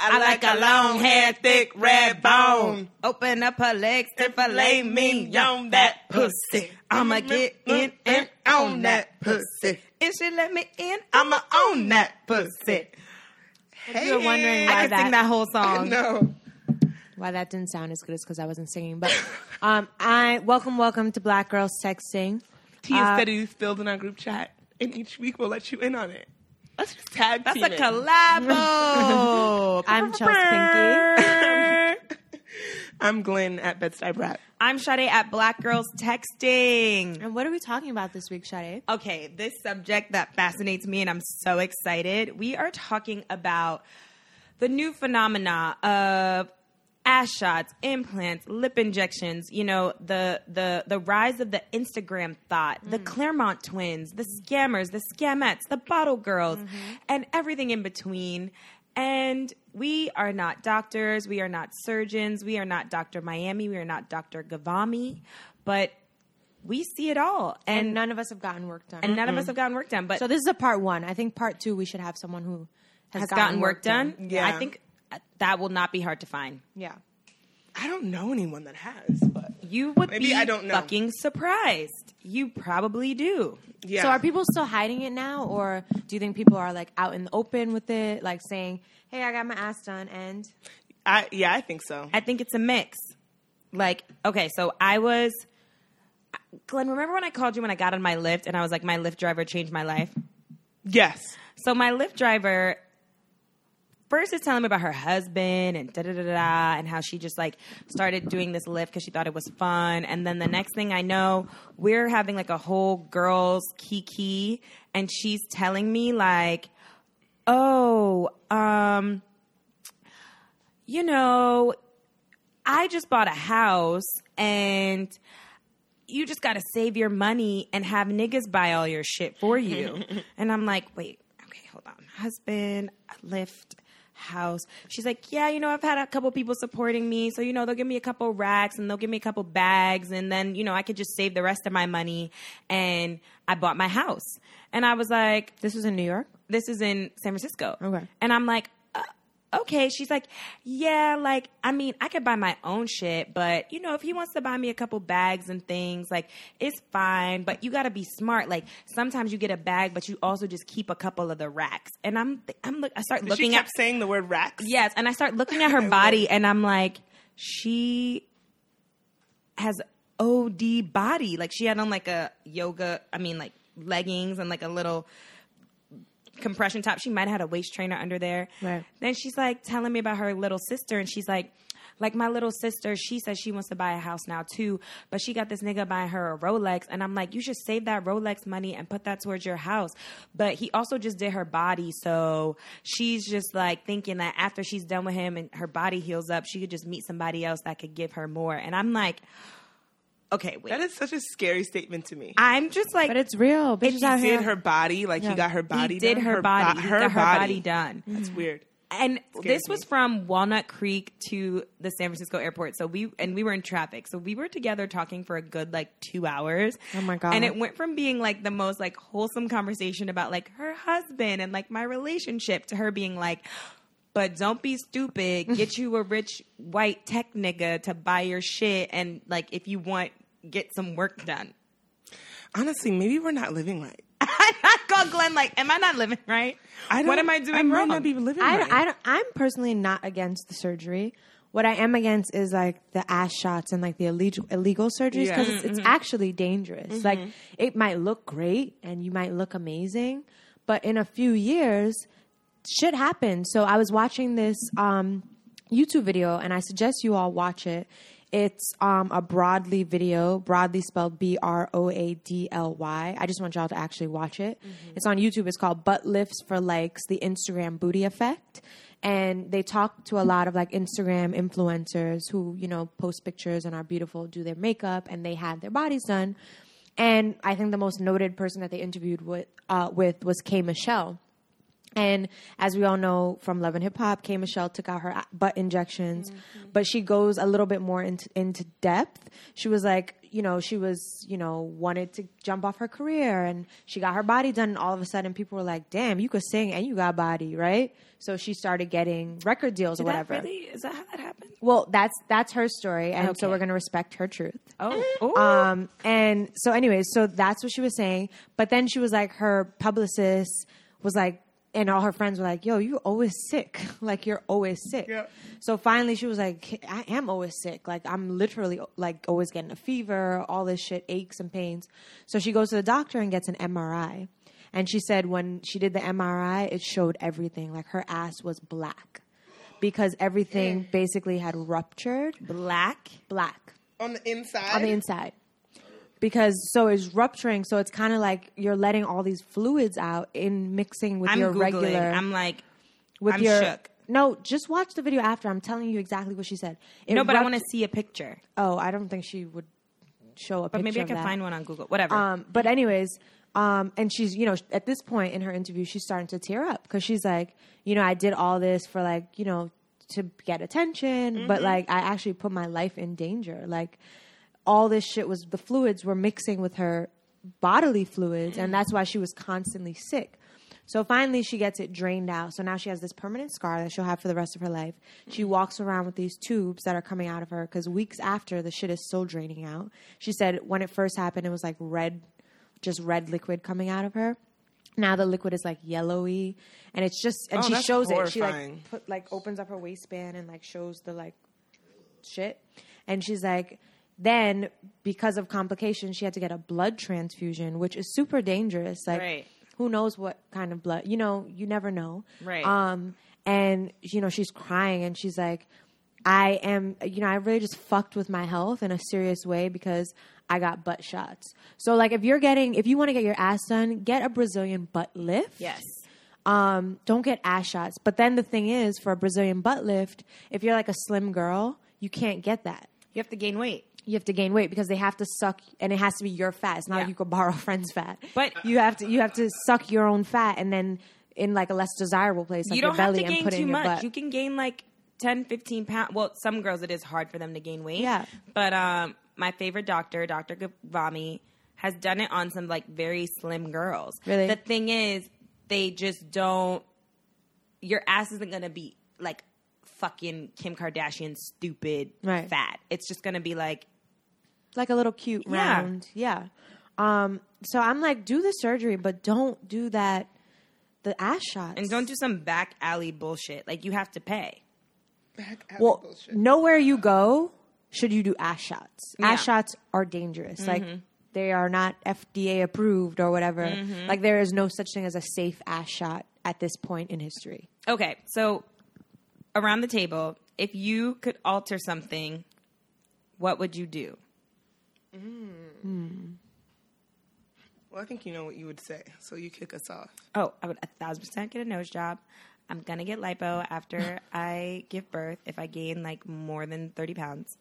I like a long hair, thick red bone. Open up her legs to Fillet fillet me mignon, that pussy. I'ma get in and on that pussy. If she let me in, I'ma own that pussy. Hey, You're wondering why I could that, uh, sing that whole song. No. why that didn't sound as good as because I wasn't singing. But um, I welcome, welcome to Black Girls Texting. Tea is Uh, steady spilled in our group chat, and each week we'll let you in on it. Let's just tag That's team a it. collabo. I'm Chelsea Pinky. I'm Glenn at Bed-Stuy Brat. I'm Sade at Black Girls Texting. And what are we talking about this week, Sade? Okay, this subject that fascinates me, and I'm so excited. We are talking about the new phenomena of ass shots, implants, lip injections. You know the the the rise of the Instagram thought, Mm. the Claremont twins, the scammers, the scamettes, the bottle girls, and everything in between. And we are not doctors. We are not surgeons. We are not Dr. Miami. We are not Dr. Gavami. But we see it all. And And, none of us have gotten work done. and none of us have gotten work done. But so this is a part one. I think part two, we should have someone who has, has gotten, work done. Yeah. I think uh, that will not be hard to find. Yeah. I don't know anyone that has, but You would Maybe be I don't know. fucking surprised. You probably do. yeah. So are people still hiding it now, or do you think people are like out in the open with it, like saying, "Hey, I got my ass done," and I, yeah, I think so. I think it's a mix. Like, okay, so I was Glenn, remember when I called you when I got on my Lyft and I was like, my Lyft driver changed my life? Yes. So my Lyft driver first is telling me about her husband and da da da da da, and how she just like started doing this Lyft because she thought it was fun. And then the next thing I know, we're having like a whole girls kiki, and she's telling me like, oh, um, you know, I just bought a house and. You just got to save your money and have niggas buy all your shit for you. and I'm like, wait, okay, hold on. Husband, lift, house. She's like, yeah, you know, I've had a couple people supporting me. So, you know, they'll give me a couple racks and they'll give me a couple bags. And then, you know, I could just save the rest of my money. And I bought my house. And I was like, this was in New York. this is in San Francisco. Okay. And I'm like, uh, okay. She's like, yeah, like, I mean, I could buy my own shit, but, you know, if he wants to buy me a couple bags and things, like, it's fine, but you gotta be smart. Like, sometimes you get a bag, but you also just keep a couple of the racks. And I'm, I'm, look- I start she looking kept at, saying the word racks. yes, and I start looking at her body and I'm like, she has OD body. Like, she had on like a yoga, I mean, like leggings and like a little, compression top. She might have had a waist trainer under there. Right. Then she's like telling me about her little sister, and she's like, like my little sister, she says she wants to buy a house now too, but she got this nigga buying her a Rolex, and I'm like, you should save that Rolex money and put that towards your house. But he also just did her body, so she's just like thinking that after she's done with him and her body heals up, she could just meet somebody else that could give her more. And I'm like, okay, wait. That is such a scary statement to me. I'm just like, But it's real. Bitches he out did here. her body, like he got her body. he did done, her, bo- body, he got her body done. Mm. That's weird. and this was me. from Walnut Creek to the San Francisco airport. So we and we were in traffic. So we were together talking for a good like two hours. Oh my God. And it went from being like the most like wholesome conversation about like her husband and like my relationship to her being like, but don't be stupid. Get you a rich white tech nigga to buy your shit and like if you want, get some work done. Honestly, maybe we're not living right. I called Glenn like, am I not living right? I what don't- am I doing I might wrong? not be living I, right. don't- I don't, I'm personally not against the surgery. What I am against is like the ass shots and like the illegal, illegal surgeries Yeah. Mm-hmm. because it's, it's actually dangerous. Like it might look great and you might look amazing, but in a few years, shit happens. So I was watching this um, YouTube video and I suggest you all watch it. It's um, a Broadly video, Broadly spelled B R O A D L Y. I just want y'all to actually watch it. It's on YouTube. It's called Butt Lifts for Likes, the Instagram Booty Effect. And they talk to a lot of like Instagram influencers who, you know, post pictures and are beautiful, do their makeup, and they have their bodies done. And I think the most noted person that they interviewed with, uh, with was Kay Michelle And as we all know from Love and Hip Hop, K Michelle took out her butt injections, but she goes a little bit more into, into depth. She was like, you know, she was, you know, wanted to jump off her career and she got her body done. And all of a sudden, people were like, damn, you could sing and you got body, right? So she started getting record deals or whatever. That really, is that how that happened? Well, that's that's her story, and so Okay. we're gonna respect her truth. Uh, Oh, ooh. Um, and so, anyways, so that's what she was saying. But then she was like, her publicist was like, and all her friends were like, "Yo, you always sick. Like you're always sick." Yeah. So finally, she was like, "I am always sick. Like I'm literally like always getting a fever, all this shit, aches and pains." So she goes to the doctor and gets an MRI. And she said when she did the MRI, it showed everything. Like her ass was black because everything basically had ruptured. black. Black on the inside. on the inside because so it's rupturing so it's kind of like you're letting all these fluids out in mixing with I'm your googling. regular I'm like, with I'm your shook. no just watch the video after i'm telling you exactly what she said It no, but I rupt- want to see a picture. oh i don't think she would show a picture But maybe I of can that. find one on Google. Whatever. Um, but anyways, um, and she's you know at this point in her interview, she's starting to tear up because she's like, you know, I did all this for like you know to get attention, but like I actually put my life in danger. Like all this shit was the fluids were mixing with her bodily fluids, and that's why she was constantly sick. So finally, she gets it drained out. So now she has this permanent scar that she'll have for the rest of her life. She walks around with these tubes that are coming out of her because weeks after, the shit is still draining out. She said when it first happened, it was like red, just red liquid coming out of her. Now the liquid is like yellowy, and it's just and Oh, she that's shows it. She horrifying. like put like opens up her waistband and like shows the like shit. And she's like, then because of complications, she had to get a blood transfusion, which is super dangerous. Like, Right. who knows what kind of blood? You know, you never know. Right. Um, and you know, she's crying and she's like, I am, you know, I really just fucked with my health in a serious way because I got butt shots. So, like, if you're getting, if you want to get your ass done, get a Brazilian butt lift yes. um, don't get ass shots. But then the thing is, for a Brazilian butt lift, if you're like a slim girl, you can't get that. You have to gain weight. You have to gain weight because they have to suck, and it has to be your fat. It's not like Yeah. you could borrow friends' fat. But- you have to you have to suck your own fat, and then in like a less desirable place, like you don't your have belly, to and gain put it too in your much. butt. You can gain like 10, 15 pounds. Well, some girls it is hard for them to gain weight. Yeah. But um, my favorite doctor, Dr. Gavami, has done it on some like very slim girls. Really? The thing is, they just don't. Your ass isn't gonna be like fucking Kim Kardashian stupid Right. fat. It's just gonna be like like a little cute Yeah. round. Yeah. Um. So I'm like, do the surgery, but don't do that. The ass shots and don't do some back alley bullshit. Like you have to pay. Back alley Well, bullshit. nowhere you go should you do ass shots. Yeah. Mm-hmm. Ass shots are dangerous. Like they are not FDA approved or whatever. Mm-hmm. Like there is no such thing as a safe ass shot at this point in history. Okay, so around the table, if you could alter something, what would you do? Well, I think you know what you would say, so you kick us off. Oh, I would a thousand percent get a nose job. I'm gonna get lipo after I give birth if I gain like more than 30 pounds.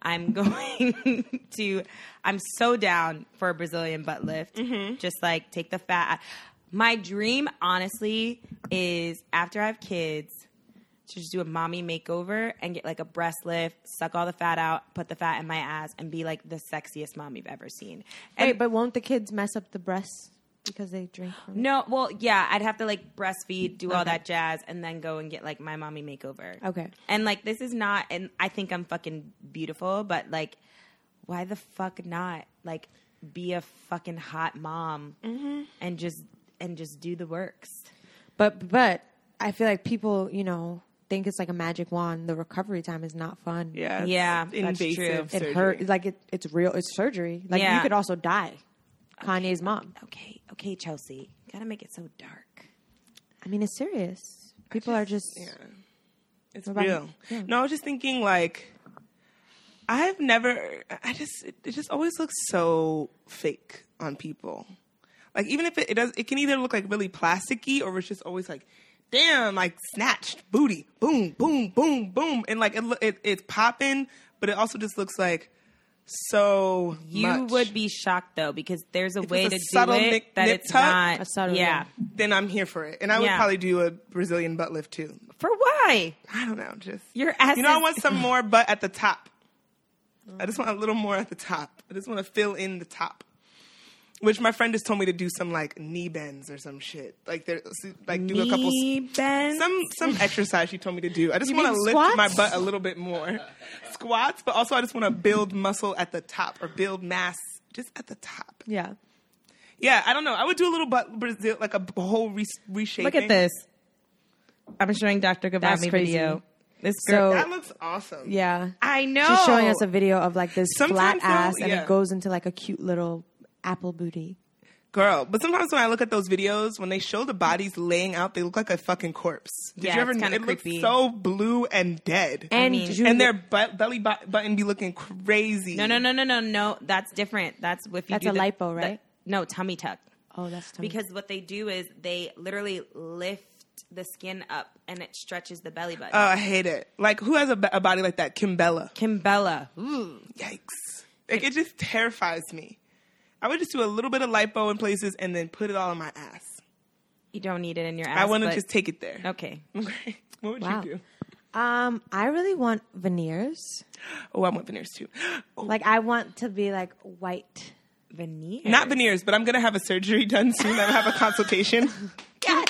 I'm going to, I'm so down for a Brazilian butt lift. Just like take the fat. My dream, honestly, is after I have kids to just do a mommy makeover and get like a breast lift, suck all the fat out, put the fat in my ass, and be like the sexiest mom you've ever seen. And Wait, but won't the kids mess up the breasts because they drink from it? no, well, yeah, I'd have to like breastfeed, do all that jazz, and then go and get like my mommy makeover. Okay. And like this is not, and I think I'm fucking beautiful, but like, why the fuck not? Like, be a fucking hot mom and just and just do the works. But but I feel like people, you know, think it's like a magic wand. The recovery time is not fun. Yeah, Yeah, it's that's invasive true. It surgery. It hurts like it, it's real it's surgery. Like you Yeah. could also die. Kanye's mom. Okay, okay, Chelsea, gotta make it so dark. I mean it's serious. People are just Yeah, it's about real. you? Yeah. No, I was just thinking like, I've never. I just it, it just always looks so fake on people. Like even if it, it does, it can either look like really plasticky or it's just always like, damn, like snatched booty, boom, boom, boom, boom, and like it, lo- it it's popping, but it also just looks like so You much. would be shocked though because there's a way a to do subtle it nick- that nip it's tuck. not. A subtle yeah. then I'm here for it. And I would Yeah. probably do a Brazilian butt lift too. For why? I don't know, just Your ass. you know, I is- want some more butt at the top. I just want a little more at the top. I just want to fill in the top. Which my friend just told me to do some like knee bends or some shit. Like there, like do a couple knee bends. some some exercise she told me to do. I just You want to mean lift squats? my butt a little bit more, squats. But also I just want to build muscle at the top or build mass just at the top. Yeah. Yeah, I don't know. I would do a little butt Brazil like a b- whole re- reshaping. Look at this. I'm showing Dr. That's Gavami crazy. video. This So- girl. That looks awesome. Yeah. I know. She's showing us a video of like this flat Sometimes though, ass and yeah. it goes into like a cute little apple booty. Girl, but sometimes when I look at those videos, when they show the bodies laying out, they look like a fucking corpse. Did Yeah, you ever? it's kinda it looks creepy. so blue and dead, And mean- you- and their butt, belly bu- button be looking crazy. No, no, no, no, no, no. That's different. That's if you That's do a the- lipo, the- right? no, tummy tuck. Oh, that's tummy. Because what they do is they literally lift the skin up and it stretches the belly button. Oh, I hate it. Like who has a, b- a body like that? Kimbella. Kimbella. Ooh. Yikes! Like it just terrifies me. I would just do a little bit of lipo in places and then put it all in my ass. You don't need it in your ass. I want to but- just take it there. Okay. Okay. What would Wow. you do? um, I really want veneers. Oh, I want veneers too. Oh, Like I want to be like white. Veneer. not veneers, but I'm gonna have a surgery done soon. I'm gonna have a consultation. Yes.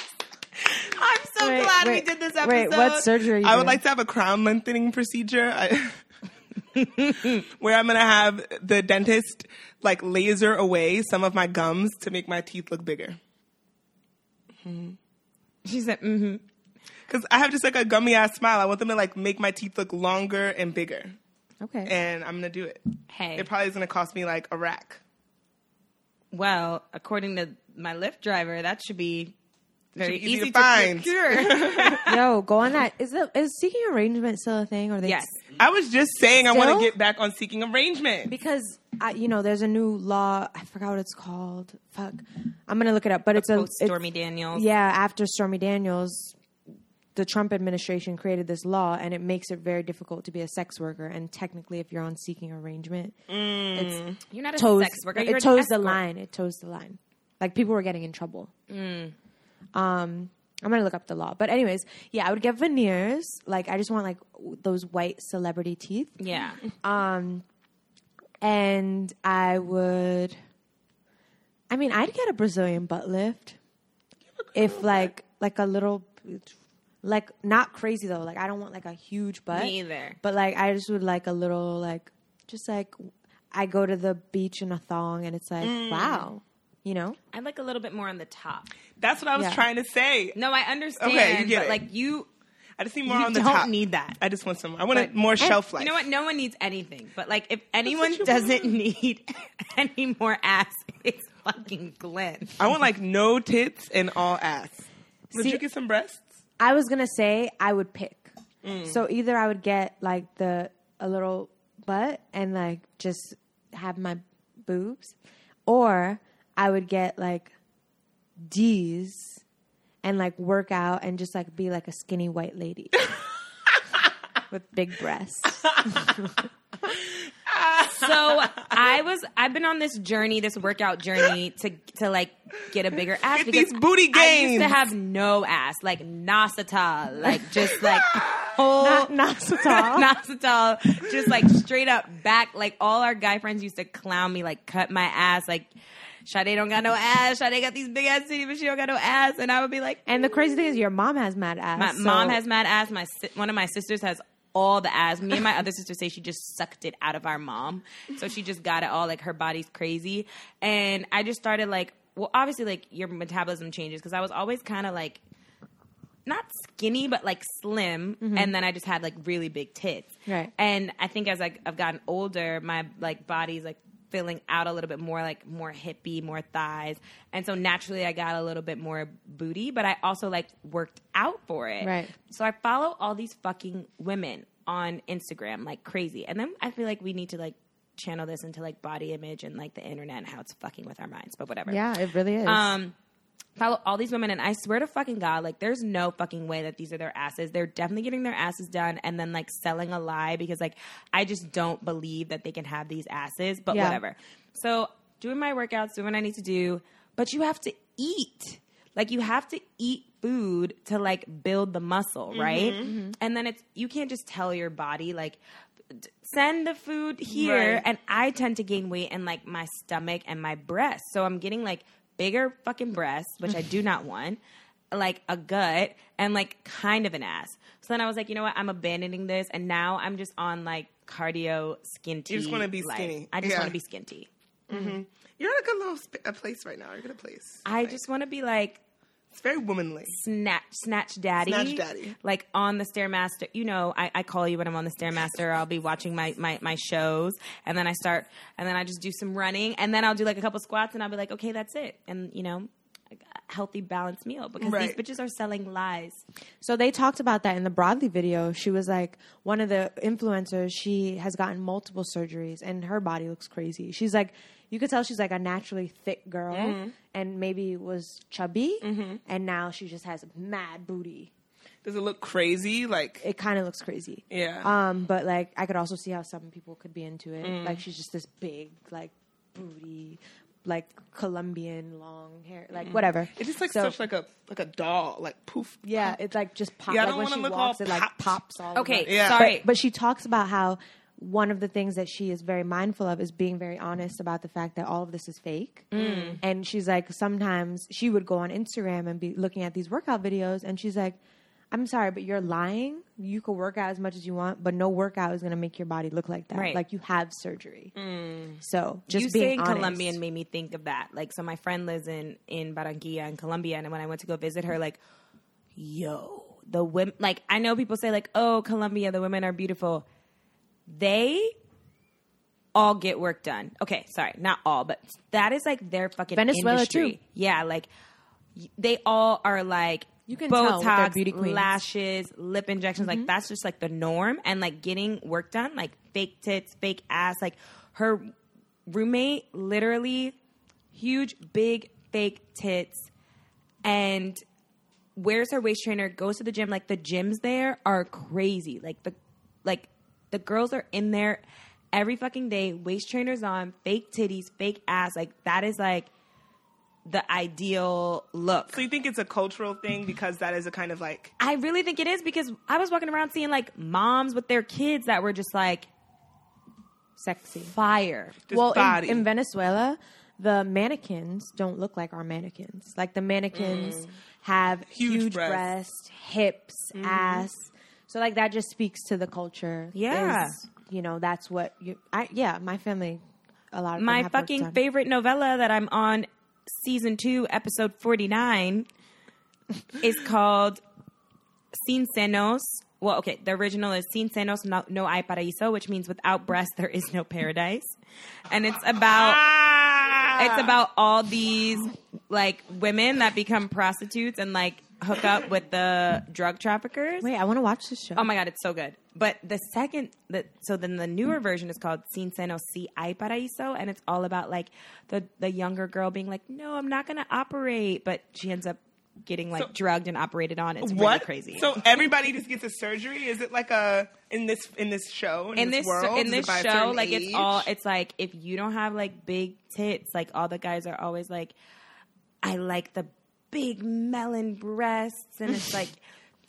I'm so glad we did this episode. Wait, what surgery? you I would doing? like to have a crown lengthening procedure I, where I'm going to have the dentist like laser away some of my gums to make my teeth look bigger. She said, mm-hmm. Because I have just like a gummy ass smile. I want them to like make my teeth look longer and bigger. Okay. And I'm going to do it. Hey. It probably is going to cost me like a rack. Well, according to my Lyft driver, that should be very be easy to easy, find. procure. Yo, go on that. Is the is seeking arrangement still a thing? Or they yes. I was just saying I want Still? to get back on seeking arrangement. because I, you know there's a new law. I forgot what it's called. Fuck, I'm gonna look it up. But it's a Post Stormy Daniels. It's, yeah, after Stormy Daniels, the Trump administration created this law, and it makes it very difficult to be a sex worker. And technically, if you're on seeking arrangement, it's You're not a toes, sex worker. You're It an toes the escort. line. It toes the line. Like people were getting in trouble. Um, I'm gonna look up the law, but anyways, yeah, I would get veneers. Like I just want like w- those white celebrity teeth, Yeah. and I would. I mean, I'd get a Brazilian butt lift if like like a little, like not crazy though. Like I don't want like a huge butt Me either. but like I just would like a little like just like I go to the beach in a thong and it's like Mm. wow, you know. I like a little bit more on the top. That's what I was Yeah. trying to say. No, I understand. Okay, you get but it. like you, I just need more you on the don't top. need that. I just want some. I want a more shelf life. You know what? No one needs anything. But like, if anyone you doesn't need any more ass, it's fucking Glenn. I want like no tits and all ass. Would See- you get some breasts? I was gonna say I would pick. Mm. So either I would get like the a little butt and like just have my boobs, or I would get like D's and like work out and just like be like a skinny white lady with big breasts. So I was, I've been on this journey, this workout journey to to like get a bigger ass. Get because these booty I used to gains. have no ass, like Nasata, like just like whole. Not, not at all. Noxidol, just like straight up back. Like all our guy friends used to clown me, like cut my ass, like Sade don't got no ass. Sade got these big ass titties, but she don't got no ass. And I would be like, And the crazy thing is, your mom has mad ass. my so- mom has mad ass. My si- one of my sisters has all the ass. Me and my other sister say she just sucked it out of our mom, so she just got it all. Like her body's crazy, and I just started like, well, obviously like your metabolism changes because I was always kind of like. Not skinny, but like slim, and then I just had like really big tits. Mm-hmm. Right. And I think as like I've gotten older, my like body's like filling out a little bit more, like more hippie, more thighs, and so naturally I got a little bit more booty. But I also like worked out for it. Right. So I follow all these fucking women on Instagram like crazy, and then I feel like we need to like channel this into like body image and like the internet and how it's fucking with our minds. But whatever. Yeah, it really is. Um, follow all these women and I swear to fucking God, like there's no fucking way that these are their asses. They're definitely getting their asses done and then like selling a lie because like I just don't believe that they can have these asses, but Yeah. whatever. So doing my workouts, doing what I need to do, but you have to eat. Like you have to eat food to like build the muscle, right? And then it's you can't just tell your body like d- send the food here Right. and I tend to gain weight in like my stomach and my breasts. So I'm getting like bigger fucking breasts, which I do not want, like a gut and like kind of an ass. So then I was like, you know what? I'm abandoning this and now I'm just on like cardio skin tea. just wanna be like, skinny. I just Yeah. want to be skin tea. You're in a good little sp- a place right now. You're a good place. I just want to be like It's very womanly. snatch snatch daddy Snatch daddy. like on the stairmaster you know I, I call you when i'm on the stairmaster i'll be watching my, my my shows and then i start and then i just do some running and then i'll do like a couple squats and i'll be like okay that's it and you know like, a healthy balanced meal because Right. these bitches are selling lies So they talked about that in the Broadly video. She was like one of the influencers. She has gotten multiple surgeries, and her body looks crazy. She's like, you could tell she's like a naturally thick girl, Mm-hmm. and maybe was chubby, and now she just has mad booty. Does it look crazy? Like, It kind of looks crazy. yeah. Um, but like I could also see how some people could be into it. Mm. Like she's just this big, like booty, like Colombian long hair, like whatever. Mm. It's just like so- such like a like a doll, like poof. Yeah, it like just pops. Yeah, I like don't when wanna she look all walks, it like popped. pops all. okay over. Yeah. sorry But she talks about how one of the things that she is very mindful of is being very honest about the fact that all of this is fake. Mm. And she's like, sometimes she would go on Instagram and be looking at these workout videos, and she's like, I'm sorry, but you're lying. You could work out as much as you want, but no workout is going to make your body look like that. Right. Mm. Like you have surgery. So just you being saying honest. Colombian made me think of that. Like, so my friend lives in in Barranquilla in Colombia, and when I went to go visit her, like, yo, the women. Like, I know people say like, oh, Colombia, the women are beautiful. They all get work done. Okay, sorry, not all, but that is like their fucking Venezuela, industry. too. Yeah, like y- they all are like. You can tell with Botox, their beauty queens. Mm-hmm. lashes, lip injections, like that's just like the norm. And like getting work done, like fake tits, fake ass, like her roommate literally huge big fake tits and wears her waist trainer goes to the gym like the gyms there are crazy like the like the girls are in there every fucking day waist trainers on fake titties fake ass like that is like the ideal look So you think it's a cultural thing because that is a kind of like I really think it is because I was walking around seeing like moms with their kids that were just like Sexy. fire. this well, in- body. In, Venezuela, the mannequins don't look like our mannequins. Like the mannequins have Huge huge, breasts. breasts, hips, ass. So like that just speaks to the culture. Yeah. is, you know that's what you. I yeah, my family. A lot of them my have work fucking done. favorite novella that I'm on season two, episode 49 is called Sin Senos. Well, okay, the original is Sin Senos, no, no hay paraíso, which means without breasts, there is no paradise. And it's about ah, it's about all these like women that become prostitutes and like hook up with the drug traffickers. Wait, I want to watch this show. Oh my god, it's so good. But the second, the, so then the newer version is called Sin Seno Si Hay Paraíso, and it's all about like the the younger girl being like, no, I'm not gonna operate, but she ends up getting like So- drugged and operated on. It's really what crazy. So everybody just gets a surgery. Is it like a in this in this show in, in this world in is it this by a show, certain like it's age? all it's like if you don't have like big tits, like all the guys are always like, I like the big melon breasts, and it's like.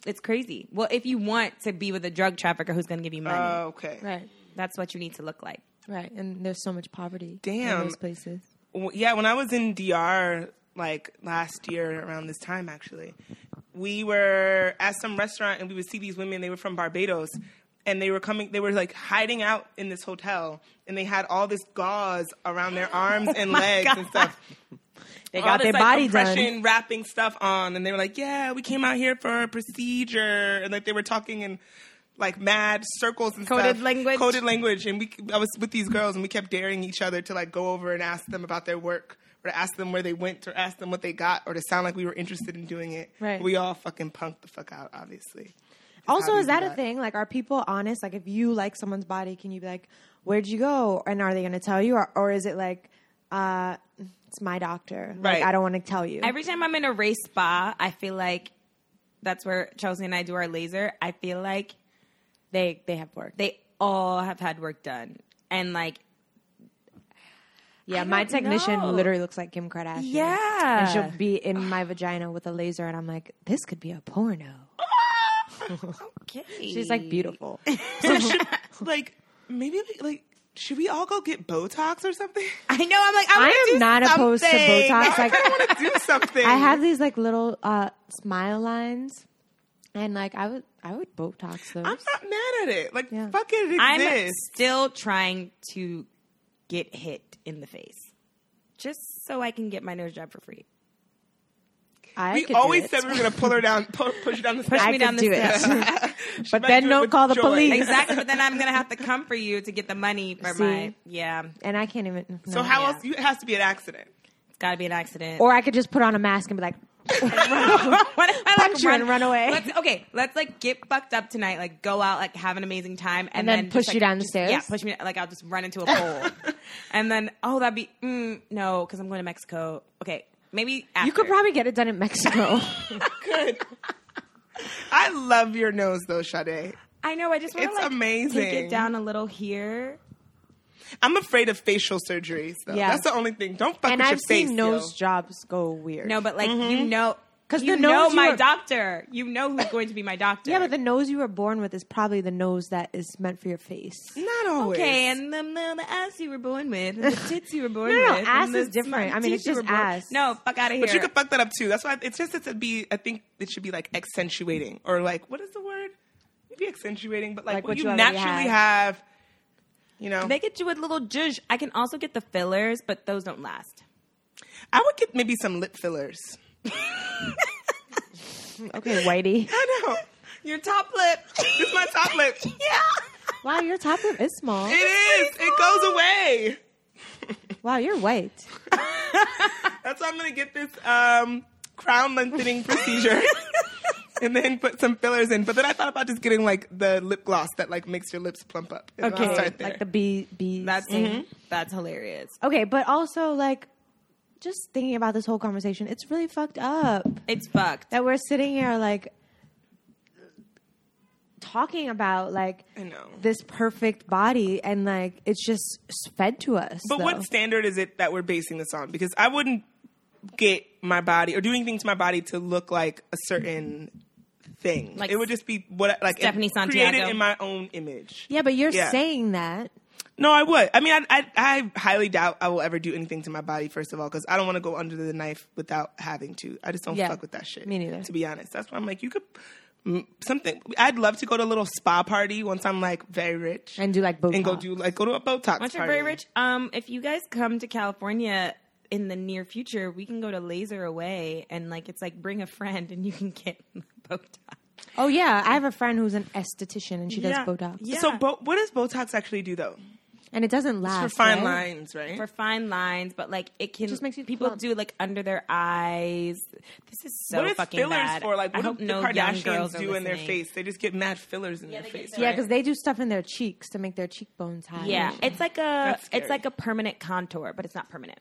It's crazy. Well, if you want to be with a drug trafficker who's going to give you money, Oh, okay. Right, that's what you need to look like. right, and there's so much poverty. Damn. in those places. Well, yeah, when I was in DR like last year around this time actually, we were at some restaurant and we would see these women, they were from Barbados and they were coming they were like hiding out in this hotel and they had all this gauze around their arms and legs and stuff. They all got this, their like, body compression done. wrapping stuff on and they were like, Yeah, we came out here for a procedure and like they were talking in like mad circles and Coded stuff. language. Coded language and we I was with these girls and we kept daring each other to like go over and ask them about their work or to ask them where they went or ask them what they got or to sound like we were interested in doing it. Right. We all fucking punked the fuck out, obviously. Also, How is do you do that, a that? thing? Like, are people honest? Like, if you like someone's body, can you be like, "Where'd you go?" And are they going to tell you, or, or is it like, uh, it's my doctor. Like, Right. I don't want to tell you. Every time I'm in a race spa, I feel like that's where Chelsea and I do our laser. I feel like they they have work. they all have had work done. And like, yeah, I my don't technician know. literally looks like Kim Kardashian. yeah. And she'll be in my vagina with a laser, and I'm like, this could be a porno. okay. She's like beautiful. like maybe like, like should we all go get Botox or something? I know. I'm like, I, wanna I do am not opposed to something. Botox. Like, I want to do something. I have these like little uh, smile lines, and like I would I would Botox those. I'm not mad at it. Like Yeah. fuck it, it I'm exists. still trying to get hit in the face just so I can get my nose job for free. I could we do always it. said we were gonna pull her down, pu- push her down the Push steps. me could down the do it. steps. She but might then do it don't with call the police. exactly. But then I'm going to have to come for you to get the money for See? my. Yeah. and I can't even. So no. how Yeah. else? You, it has to be an accident. It's got to be an accident. Or I could just put on a mask and be like, what if I Punch you and run away. Let's, okay, let's like get fucked up tonight. Like go out, like have an amazing time, and, And then just, push like, you down the just- stairs? Yeah, push me. Like I'll just run into a pole, and then oh, that'd be mm, no, because I'm going to Mexico. Okay, maybe after. you could probably get it done in Mexico. Good. I love your nose though, Sade. I know. I just want to It's like take amazing. it down a little here. I'm afraid of facial surgeries. Though. Yeah. That's the only thing. Don't fuck and with I've your face. seen yo. nose jobs go weird. No, but like you know, Mm-hmm. 'Cause you the know nose you my were- doctor. You know who's going to be my doctor. yeah, but the nose you were born with is probably the nose that is meant for your face. Not always. Okay, and the, the, the ass you were born with, and the tits you were born No, no, with. and ass the is different. smart I mean, teeth it's you were just born- ass. No, fuck out of here. But you could fuck that up too. That's why it's just it's to be. I think it should be like accentuating or like what is the word? Maybe accentuating, but like, Like what, what you, you already naturally have. You know, They could do a little zhuzh. I can also get the fillers, but those don't last. I would get maybe some lip fillers. Mm, Okay, Whitey. I know. Your top lip. This is my top lip. yeah. Wow, your top lip is small. It is. It goes away. Wow, you're white. That's why I'm gonna get this um, crown lengthening procedure. And then put some fillers in, but then I thought about just getting like the lip gloss that like makes your lips plump up. And I'll Okay, start there. like the bee bees. That's Mm-hmm. that's hilarious. okay, but also like just thinking about this whole conversation, it's really fucked up It's fucked. that we're sitting here like talking about like I know. this perfect body and like it's just s- fed to us. But though. what standard is it that we're basing this on? Because I wouldn't get my body or do anything to my body to look like a certain thing. Like Like it would just be what like Stephanie created Santiago. in my own image. Yeah, but you're Yeah. saying that. No, I would. I mean, I, I I highly doubt I will ever do anything to my body. First of all, because I don't want to go under the knife without having to. I just don't Yeah. fuck with that shit. Me neither. To be honest, that's why I'm like, you could mm, something. I'd love to go to a little spa party once I'm like very rich And do, like, and go Botox. do like go to a Botox. Once you're party. very rich, um, if you guys come to California in the near future, we can go to Laser Away and like it's like bring a friend and you can get Botox. Oh yeah, I have a friend who's an esthetician and she does Yeah. Botox, Yeah. So, bo- what does Botox actually do though? and it doesn't last. for fine right? lines, right? Uh, For fine lines, but like it can Just makes you people plump. do like under their eyes. This is so what is fucking fillers bad. for? Like, I what hope do no the young girls Kardashians are do in their listening. face? They just get mad fillers in they their get face. fillers. Yeah, Right? because they do stuff in their cheeks to make their cheekbones high. Yeah, it's like a That's it's scary. like a permanent contour, but it's not permanent.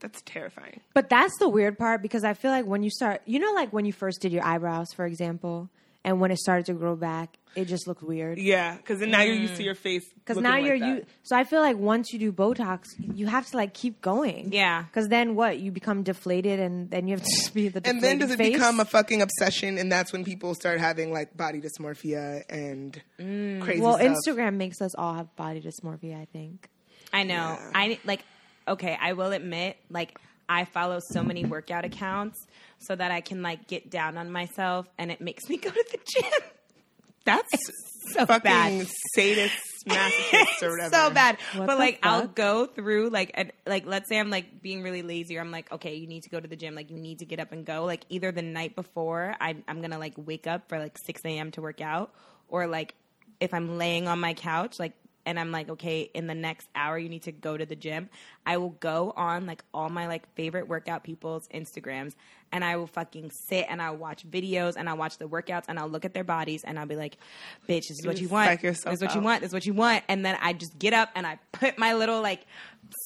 That's terrifying. But that's the weird part because I feel like when you start, you know, like when you first did your eyebrows, for example, and when it started to grow back, it just looked weird. Yeah, because then now you're used Mm. to your face. Because looking now like you're that. you. So I feel like once you do Botox, you have to like keep going. Yeah. Because then what? You become deflated, and then you have to be the. And then deflated does it face. become a fucking obsession? And that's when people start having like body dysmorphia and crazy Mm. Well, stuff. Instagram makes us all have body dysmorphia. I think. I know. I like okay, I will admit like I follow so many workout accounts so that I can like get down on myself and it makes me go to the gym. that's so fucking bad. sadist masochist or It's whatever. so bad. What but the like, I'll fuck? go through like, an, like let's say I'm like being really lazy, or I'm like, okay, you need to go to the gym. Like, you need to get up and go. Like, either the night before, I'm I'm gonna like wake up for like 6 a.m. to work out, or like if I'm laying on my couch, like and I'm like, okay, in the next hour you need to go to the gym. I will go on like all my like favorite workout people's Instagrams and I will fucking sit and I'll watch videos and I'll watch the workouts and I'll look at their bodies and I'll be like, bitch, this is what you just want. psych This is yourself what you out. want. This is what you want. And then I just get up and I put my little like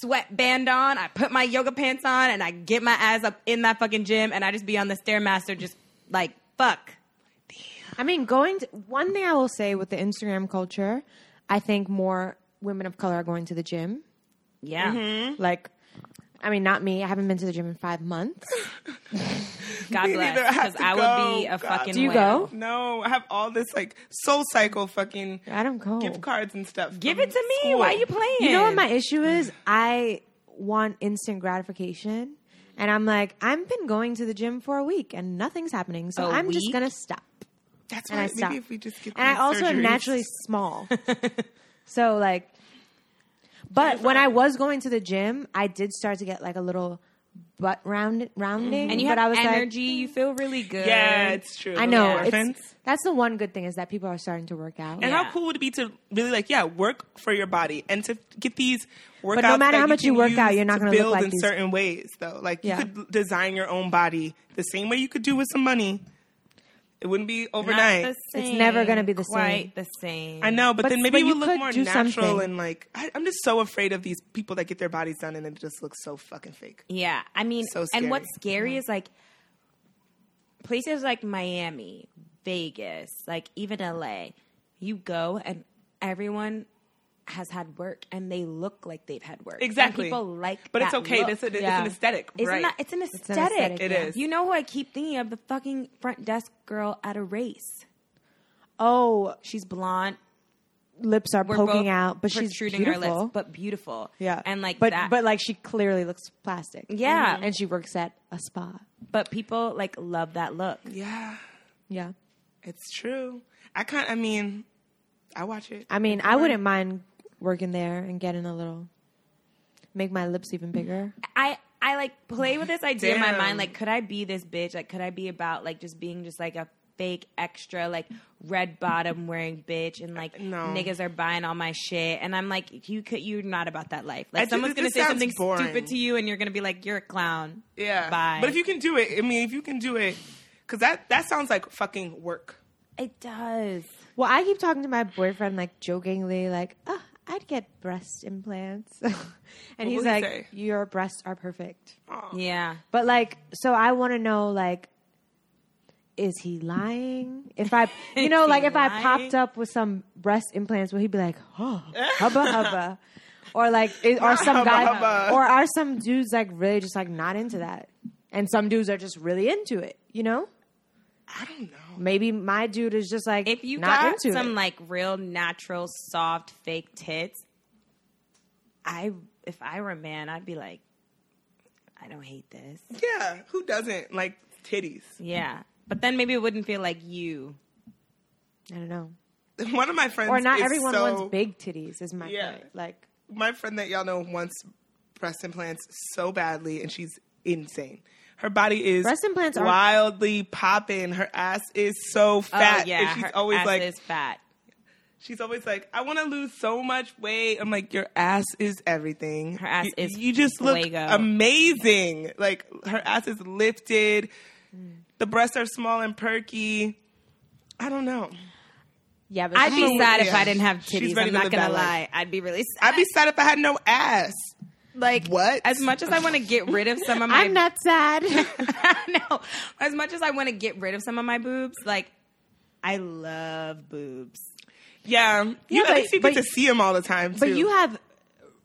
sweatband on. I put my yoga pants on and I get my ass up in that fucking gym and I just be on the stairmaster just like fuck. I mean, going to one thing I will say with the Instagram culture, I think more women of color are going to the gym. Yeah. Mm-hmm. Like, I mean, not me. I haven't been to the gym in five months. God Me bless. neither. I have Because to I, would be go. a God. fucking Do you whale. go? No, I have all this like soul cycle fucking I don't go. gift cards and stuff. Give from it to me. school. Why are you playing? You know what my issue is? I want instant gratification. And I'm like, I've been going to the gym for a week and nothing's happening. So A i I'm just week? going to stop. That's And why I maybe stop. if we just get and I these also am surgeries. naturally small. so like but when I was going to the gym, I did start to get like a little butt round rounding. and you but have I was like, energy. you feel really good. Yeah, it's true. I The know. little It's, orphans. that's the one good thing is that people are starting to work out. And Yeah. how cool would it be to really like, yeah, work for your body and to get these workouts. no matter that how much you can work out, use you're not to gonna look build like in these- certain ways though. Like Yeah. you could design your own body the same way you could do with some money. It wouldn't be overnight. Not the It's same, never gonna be the quite the same. I know, but, But- then maybe but it would you look could more do natural something. and like I, I'm just so afraid of these people that get their bodies done and it just looks so fucking fake. Yeah, I mean, So and scary. what's scary is like places like Miami, Vegas, like even LA. You go and everyone has had work and they look like they've had work. And Exactly. people like, But it's that okay. look. That's a- it's Yeah. an aesthetic, Isn't right? that- it's an an aesthetic. aesthetic, It yeah. is. You know who I keep thinking of? The fucking front desk girl at a race. Oh, She's blonde. lips are We're poking both out, but she's protruding her beautiful. lips, but beautiful. yeah, and like but that. but like she clearly looks plastic. Mm-hmm. Yeah. and she works at a spa. but people like love that look. Yeah, Yeah, it's true. I can't. I mean, I watch it. I mean, I wouldn't mind working there and getting a little, make my lips even bigger. I I like play with this idea in my Damn. mind. Like, could I be this bitch? Like, could I be about like just being just like a fake extra, like red bottom wearing bitch, and like No. niggas are buying all my shit, and I'm like, you could, you're not about that life. Like, I do- someone's this gonna say sounds something boring. stupid to you, and you're gonna be like, you're a clown. Yeah, Bye. But if you can do it, I mean, if you can do it, because that that sounds like fucking work. it does. Well, I keep talking to my boyfriend like jokingly, like, oh, I'd get breast implants, and he's will he like, say? your breasts are perfect. Yeah. But like, so I want to know like, is he lying? If I, you know, Is he like if I lying? popped up with some breast implants, will he be like, oh, hubba hubba? Or like, it, are some hubba, guy, hubba. or are some dudes like really just like not into that, and some dudes are just really into it, you know? I don't know. Maybe my dude is just like If you not got into some it. like real natural, soft, fake tits, I if I were a man, I'd be like, I don't hate this. Yeah, who doesn't like titties? Yeah. But then maybe it wouldn't feel like you. I don't know, One of my friends, or not is everyone so- wants big titties. Is my Yeah. point like? My friend that y'all know wants breast implants so badly, and she's insane. Her body is Breast implants are- wildly popping. Her ass is so fat. Oh yeah, and she's her always ass like, is fat. she's always like, I want to lose so much weight. I'm like, your ass is everything. Her ass You- is You just look fuego. amazing. Like her ass is lifted. The breasts are small and perky. I don't know. Yeah, but I'd be Oh, sad if yeah. I didn't have She's titties. ready I'm to not live gonna that lie. life. I'd be really sad. I'd be sad if I had no ass. like What? As much as I want to get rid of some of my I'm not sad. no. As much as I want to get rid of some of my boobs, like I love boobs. Yeah, you but- at least you but- get to see them all the time. Too. but you have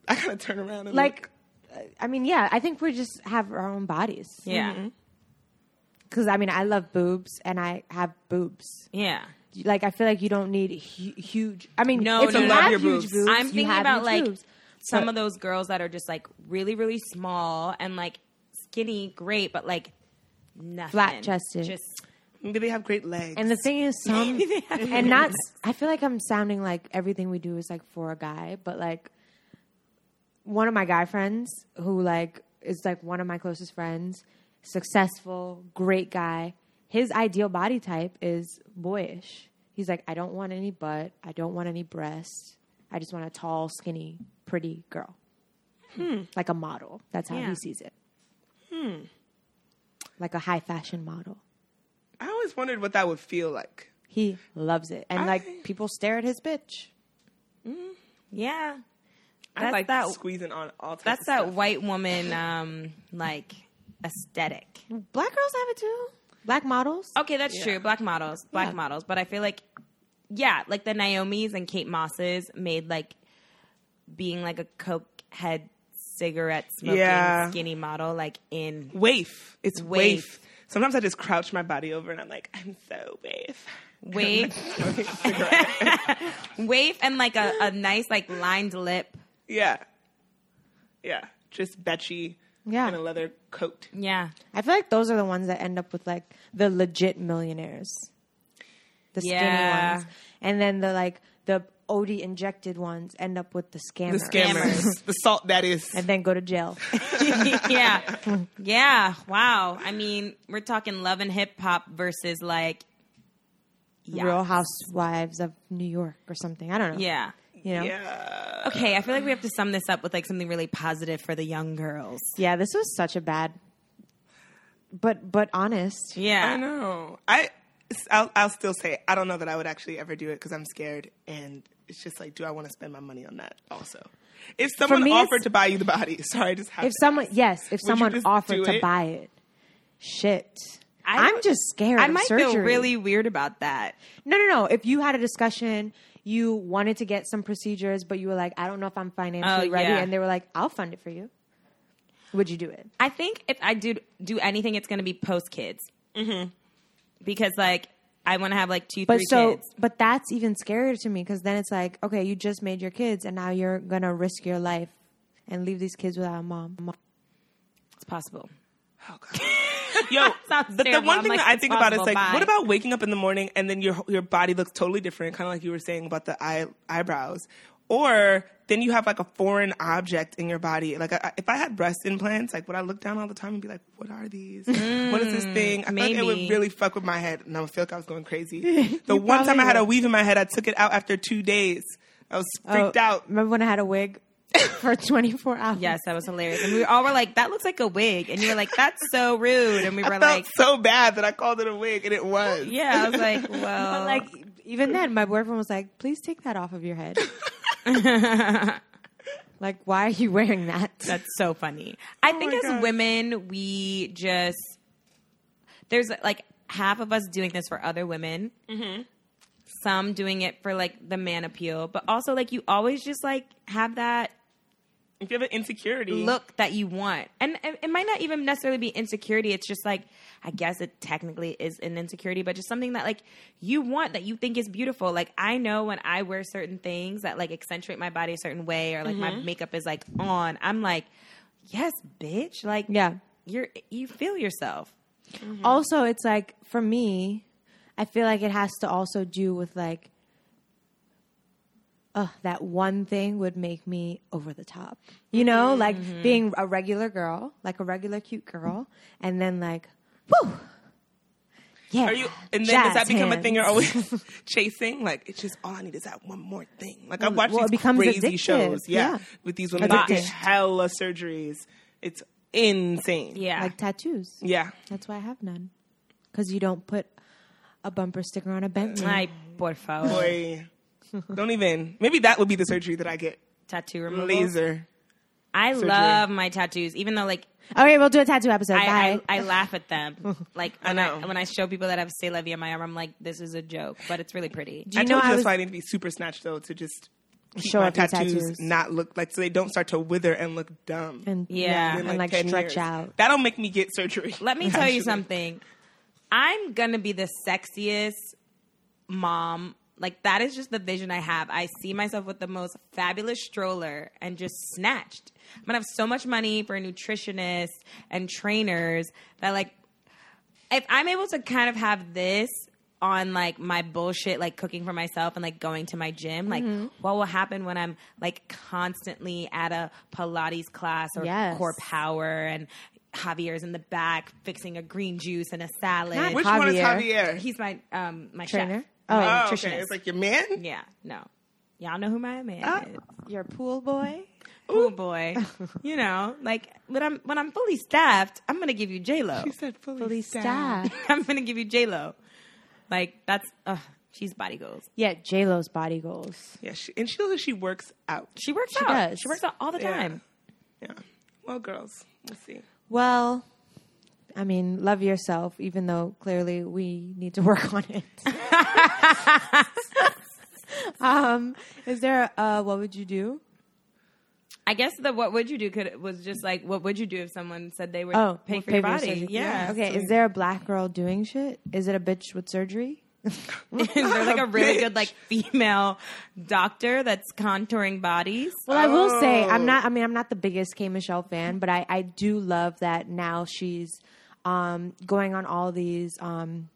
I gotta turn around and like uh, i mean yeah i think we just have our own bodies Yeah. Mm-hmm. because i mean i love boobs and i have boobs Yeah. like i feel like you don't need hu- huge i mean No, if no, you no. have Love your huge boobs. boobs I'm you thinking have about huge like boobs. some But- of those girls that are just like really, really small and like skinny, great, but like nothing. Flat-chested. Just look. Maybe they have great legs. and the thing is some and not i feel like i'm sounding like everything we do is like for a guy but like one of my guy friends who like is like one of my closest friends successful great guy his ideal body type is boyish he's like i don't want any butt i don't want any breasts I just want a tall, skinny, pretty girl. Like a model. That's how Yeah. he sees it. Like a high fashion model. I always wondered what that would feel like. He loves it. And I- like people stare at his bitch. Yeah. I That's like that- squeezing on all types. That's of that stuff. white woman um like aesthetic. Black girls have it too. Black models. Okay, that's true. Black models, black Yeah. models, but I feel like yeah, like the Naomi's and Kate Mosses made like being like a coke head cigarette smoking Yeah. skinny model like in waif. It's waif. Waif. Sometimes I just crouch my body over and I'm like, I'm so waif. wave Smoking a cigarette. wave and like a, a nice like lined lip. yeah, yeah. Just betchy. Yeah. in a leather coat. Yeah. I feel like those are the ones that end up with like the legit millionaires, the Yeah. skinny ones, and then the like the OD injected ones end up with the scammers, The scammers. the salt that is. and then go to jail. yeah. Yeah. Wow. I mean, we're talking love and hip hop versus like yeah. Real Housewives of New York or something. I don't know. Yeah. you know. Yeah. Yeah. Okay, I feel like we have to sum this up with like something really positive for the young girls. this was such a bad, but but honest. I Yeah. know. I I'll, I'll still say it. I don't know that I would actually ever do it because I'm scared, and it's just like, do I want to spend my money on that? Also, if someone me, it's- offered to buy you the body, sorry, I just have If to someone, yes, if you someone just do offered to it? buy it, shit. I I would- am just scared. I of might surgery. feel really weird about that. No, no, no. If you had a discussion, you wanted to get some procedures, but you were like, I don't know if I'm financially Oh, ready, yeah. and they were like, I'll fund it for you. Would you do it? I think if I do do anything, it's going to be post kids. Mm-hmm. Because like I want to have like two, But three so, kids. but that's even scarier to me because then it's like, okay, you just made your kids, and now you're gonna risk your life and leave these kids without a mom. Mom. It's possible. Oh, God. Yo, Sounds but the terrible. one I'm thing like, that I think about is responsible like, what by. about waking up in the morning and then your your body looks totally different, kind of like you were saying about the eye eyebrows, or then you have like a foreign object in your body. Like, I- I, if I had breast implants, like, would I look down all the time and be like, what are these? what is this thing? I feel like it would Hmm, maybe. really fuck with my head, and I would feel like I was going crazy. The one time I had a weave in my head, I took it out after two days. I was freaked Oh, out. Remember when I had a wig for 24 hours? Yes, that was hilarious. And we all were like, "That looks like a wig," and you were like, "That's so rude." And we I were felt like, so bad that I called it a wig, and it was. "Yeah." I was like, But "Well, like even then, my boyfriend was like, "Please take that off of your head." like, why are you wearing that? That's so funny. I think my as God. women, we just there's like half of us doing this for other women. Some doing it for like the man appeal, but also like you always just like have that If you have an insecurity, look that you want, and and it might not even necessarily be insecurity. It's just like I guess it technically is an insecurity, but just something that like you want that you think is beautiful. Like I know when I wear certain things that like accentuate my body a certain way, or like my makeup is like on. I'm like, yes, bitch. Like Yeah. you're you feel yourself. Mm-hmm. Also, it's like for me, I feel like it has to also do with like, oh, that one thing would make me over the top. You know, Mm-hmm. like being a regular girl, like a regular cute girl, and then like, whoo, yeah. Are you? And then does jazz that become a hands. thing you're always chasing? Like it's just all I need is that one more thing. Like I've watched well, it these becomes crazy addictive. shows, yeah, Yeah. with these women that get Addictive. hella surgeries. It's insane. Yeah. Like tattoos. yeah. That's why I have none, because you don't put a bumper sticker on a Uh, Bentley. Ay, por favor. Boy, don't even. Maybe that would be the surgery that I get. Tattoo removal. Laser. I love my tattoos, even though like Okay, we'll do a tattoo episode. I, Bye. I, I laugh at them. Like when I, know. when I show people that have "Say Levy" on my arm, I'm like, this is a joke, but it's really pretty. you I know told you I that's was- why I need to be super snatched though to just keep Show my off your tattoos, tattoos. not look like so they don't start to wither and look dumb. and Yeah. and In, like, 10 years. stretch out. That'll make me get surgery. Let me tell you Actually. something. I'm gonna be the sexiest mom. Like that is just the vision I have. I see myself with the most fabulous stroller and just snatched. I'm gonna have so much money for nutritionists and trainers that like if I'm able to kind of have this on like my bullshit, like cooking for myself and like going to my gym, like what will happen when I'm like constantly at a Pilates class or Yes. core power and Javier's in the back fixing a green juice and a salad. Not Which one is Javier. Javier? He's my um my Trainer? Chef. My Oh, oh, nutritionist. okay. It's like your man. yeah, no. Y'all know who my man is. Your pool boy. Oh boy. you know, like when I'm when I'm fully staffed, I'm gonna give you J Lo. She said fully, Fully staffed. staffed. I'm gonna give you J Lo. Like that's uh, she's body goals. Yeah, J Lo's body goals. Yeah, she, and she looks like she works out. She works She out. does. She works out all the Yeah. time. Yeah. Well, girls, we'll see. Well, I mean, love yourself, even though clearly we need to work on it. um, is there a uh, what would you do? I guess the what would you do could was just like what would you do if someone said they were Oh, pay well, for your pay body? surgery. yeah. Okay. Is there a black girl doing shit? Is it a bitch with surgery? and there's like a really good Bitch. like female doctor that's contouring bodies. Well, I will say I'm Oh. not. I mean, I'm not the biggest K Michelle fan, but I I do love that now she's um, going on all these um,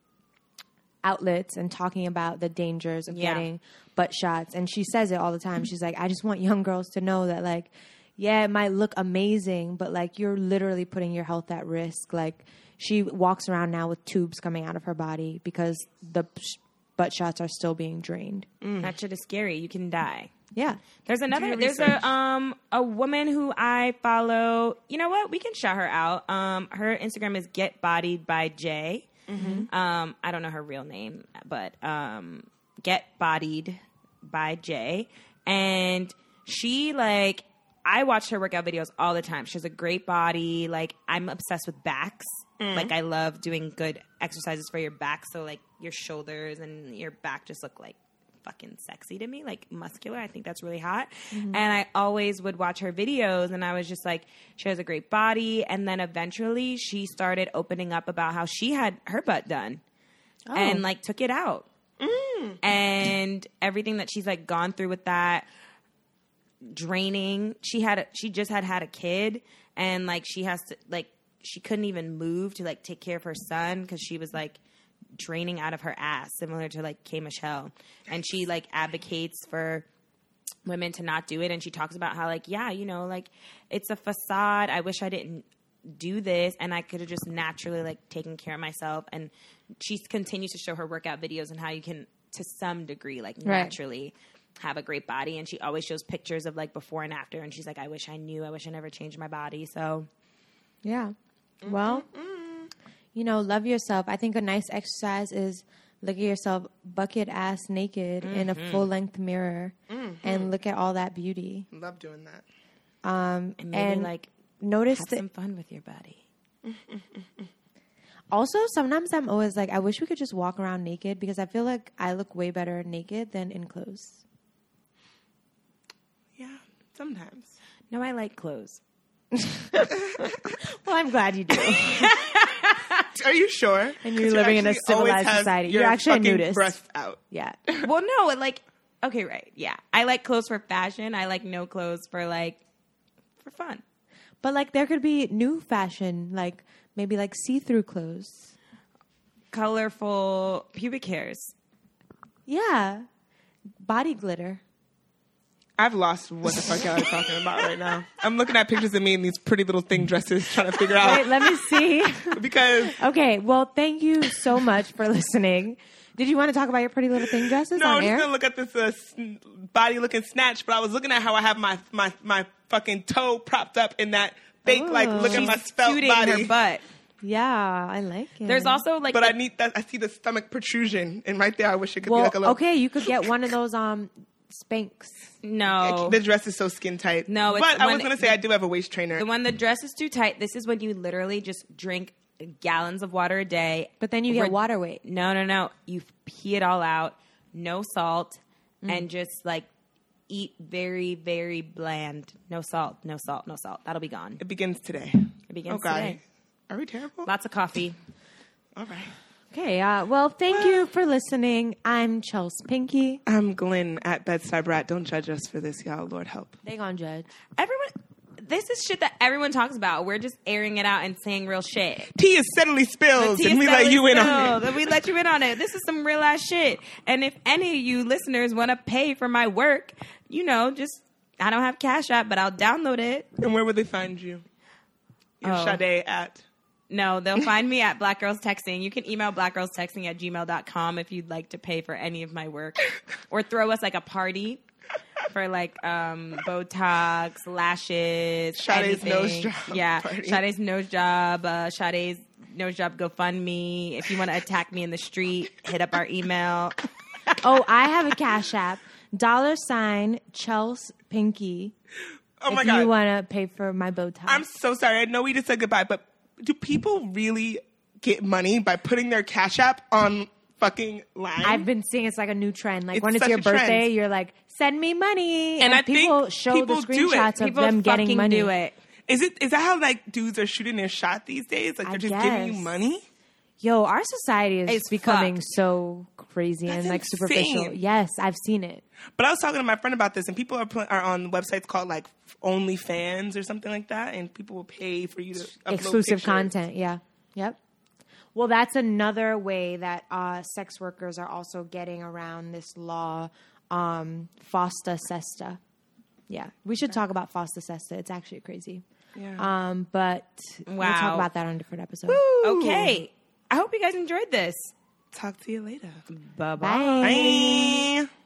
outlets and talking about the dangers of Yeah. getting butt shots, and she says it all the time. She's like, I just want young girls to know that like. Yeah, it might look amazing, but like you're literally putting your health at risk. Like she walks around now with tubes coming out of her body because the sh- butt shots are still being drained. That shit is scary. You can die. Yeah. There's another. Mm. your There's research. a um a woman who I follow. You know what? We can shout her out. Um, her Instagram is Get Bodied by Jay. Mm-hmm. Um, I don't know her real name, but um, Get Bodied by Jay, and she like I watch her workout videos all the time. She has a great body. Like I'm obsessed with backs. Like I love doing good exercises for your back, so like your shoulders and your back just look like fucking sexy to me, like muscular. I think that's really hot. And I always would watch her videos and I was just like, she has a great body. And then eventually she started opening up about how she had her butt done and like took it out. And everything that she's like gone through with that draining. She had a, she just had had a kid and like she has to like she couldn't even move to like take care of her son cuz she was like draining out of her ass similar to like K Michelle and she like advocates for women to not do it and she talks about how like yeah, you know, like it's a facade. I wish I didn't do this and I could have just naturally like taken care of myself and she continues to show her workout videos and how you can to some degree like Right. naturally naturally have a great body and she always shows pictures of like before and after and she's like i wish i knew i wish i never changed my body so Yeah. Well, you know, love yourself. I think a nice exercise is look at yourself bucket ass naked in a full length mirror and look at all that beauty. Love doing that. and maybe And like Notice have that some fun with your body also sometimes I'm always like, I wish we could just walk around naked because I feel like I look way better naked than in clothes. Yeah, sometimes. no i like clothes Well, I'm glad you do. Are you sure? And you're 'Cause you living in a actually always civilized have society. your You're actually a fucking nudist. Breasts out. yeah. well no it like okay right yeah i like clothes for fashion i like no clothes for like for fun But like there could be new fashion, like maybe like see through clothes. colorful pubic hairs Yeah. Body glitter. I've lost what the fuck y'all are talking about right now. I'm looking at pictures of me in these pretty little thing dresses, trying to figure Wait, out let me see. because Okay, well, thank you so much for listening. Did you want to talk about your pretty little thing dresses No, I'm on just air? gonna look at this uh, sn- body looking snatch. But I was looking at how I have my my my fucking toe propped up in that fake like Oh. look at my spelt shooting body. her butt Yeah, I like it. there's also like But the- I need that. I see the stomach protrusion, and right there, I wish it could well, be like a little. okay, you could get one of those um Spanx. no The dress is so skin tight. Oh. No, it's but I when- was gonna say I do have a waist trainer. The one the dress is too tight. This is when you literally just drink gallons of water a day. But then you get Rid- water weight. No, no, no. You pee it all out, no salt, and just like eat very, very bland. No salt, no salt, no salt. That'll be gone. it begins today. It begins oh God, today. are we terrible? Lots of coffee. All right. Okay, uh, well, thank you for listening. I'm Chelsea Pinky. I'm Glenn at Bedside Brat. Don't judge us for this, y'all. Lord help. They gonna judge. Everyone, this is shit that everyone talks about. We're just airing it out and saying real shit. Tea is steadily spills, Tea and we let Estelle you in is on filled, it. and We let you in on it. This is some real ass shit. And if any of you listeners want to pay for my work, you know, just I don't have Cash App, but I'll download it. And where would they find you? Your Oh. Sade at. No, they'll find me at Black Girls Texting. You can email blackgirlstexting at gmail.com if you'd like to pay for any of my work or throw us like a party. for like um Botox, lashes, Sade's anything. nose job Yeah, party. Sade's nose job. Uh, Sade's nose job GoFundMe. If you want to attack me in the street, hit up our email. Oh, I have a cash app. Dollar sign Chels Pinky. Oh my if god. you want to pay for my bow tie. I'm so sorry. I know we just said goodbye, but do people really get money by putting their cash app on fucking line? I've been seeing it's like a new trend. Like It's when it's such your a trend. birthday, you're like, send me money. And I think people show people do the it. screenshots of People them getting fucking money. do it. is it is that how like dudes are shooting their shot these days? Like I they're just giving you guess. money? Yo, our society is It's becoming fucked. so crazy and That's like superficial. insane. Yes, I've seen it. But I was talking to my friend about this, and people are pl- are on websites called like OnlyFans or something like that, and people will pay for you to upload Exclusive pictures. content. Yeah. Yep. Well, that's another way that uh, sex workers are also getting around this law, um, FOSTA SESTA. Yeah, we should talk about FOSTA SESTA. It's actually crazy. Yeah. Um, but we'll Wow. talk about that on a different episode. Woo! Okay, I hope you guys enjoyed this. Talk to you later. Bye Bye. Bye.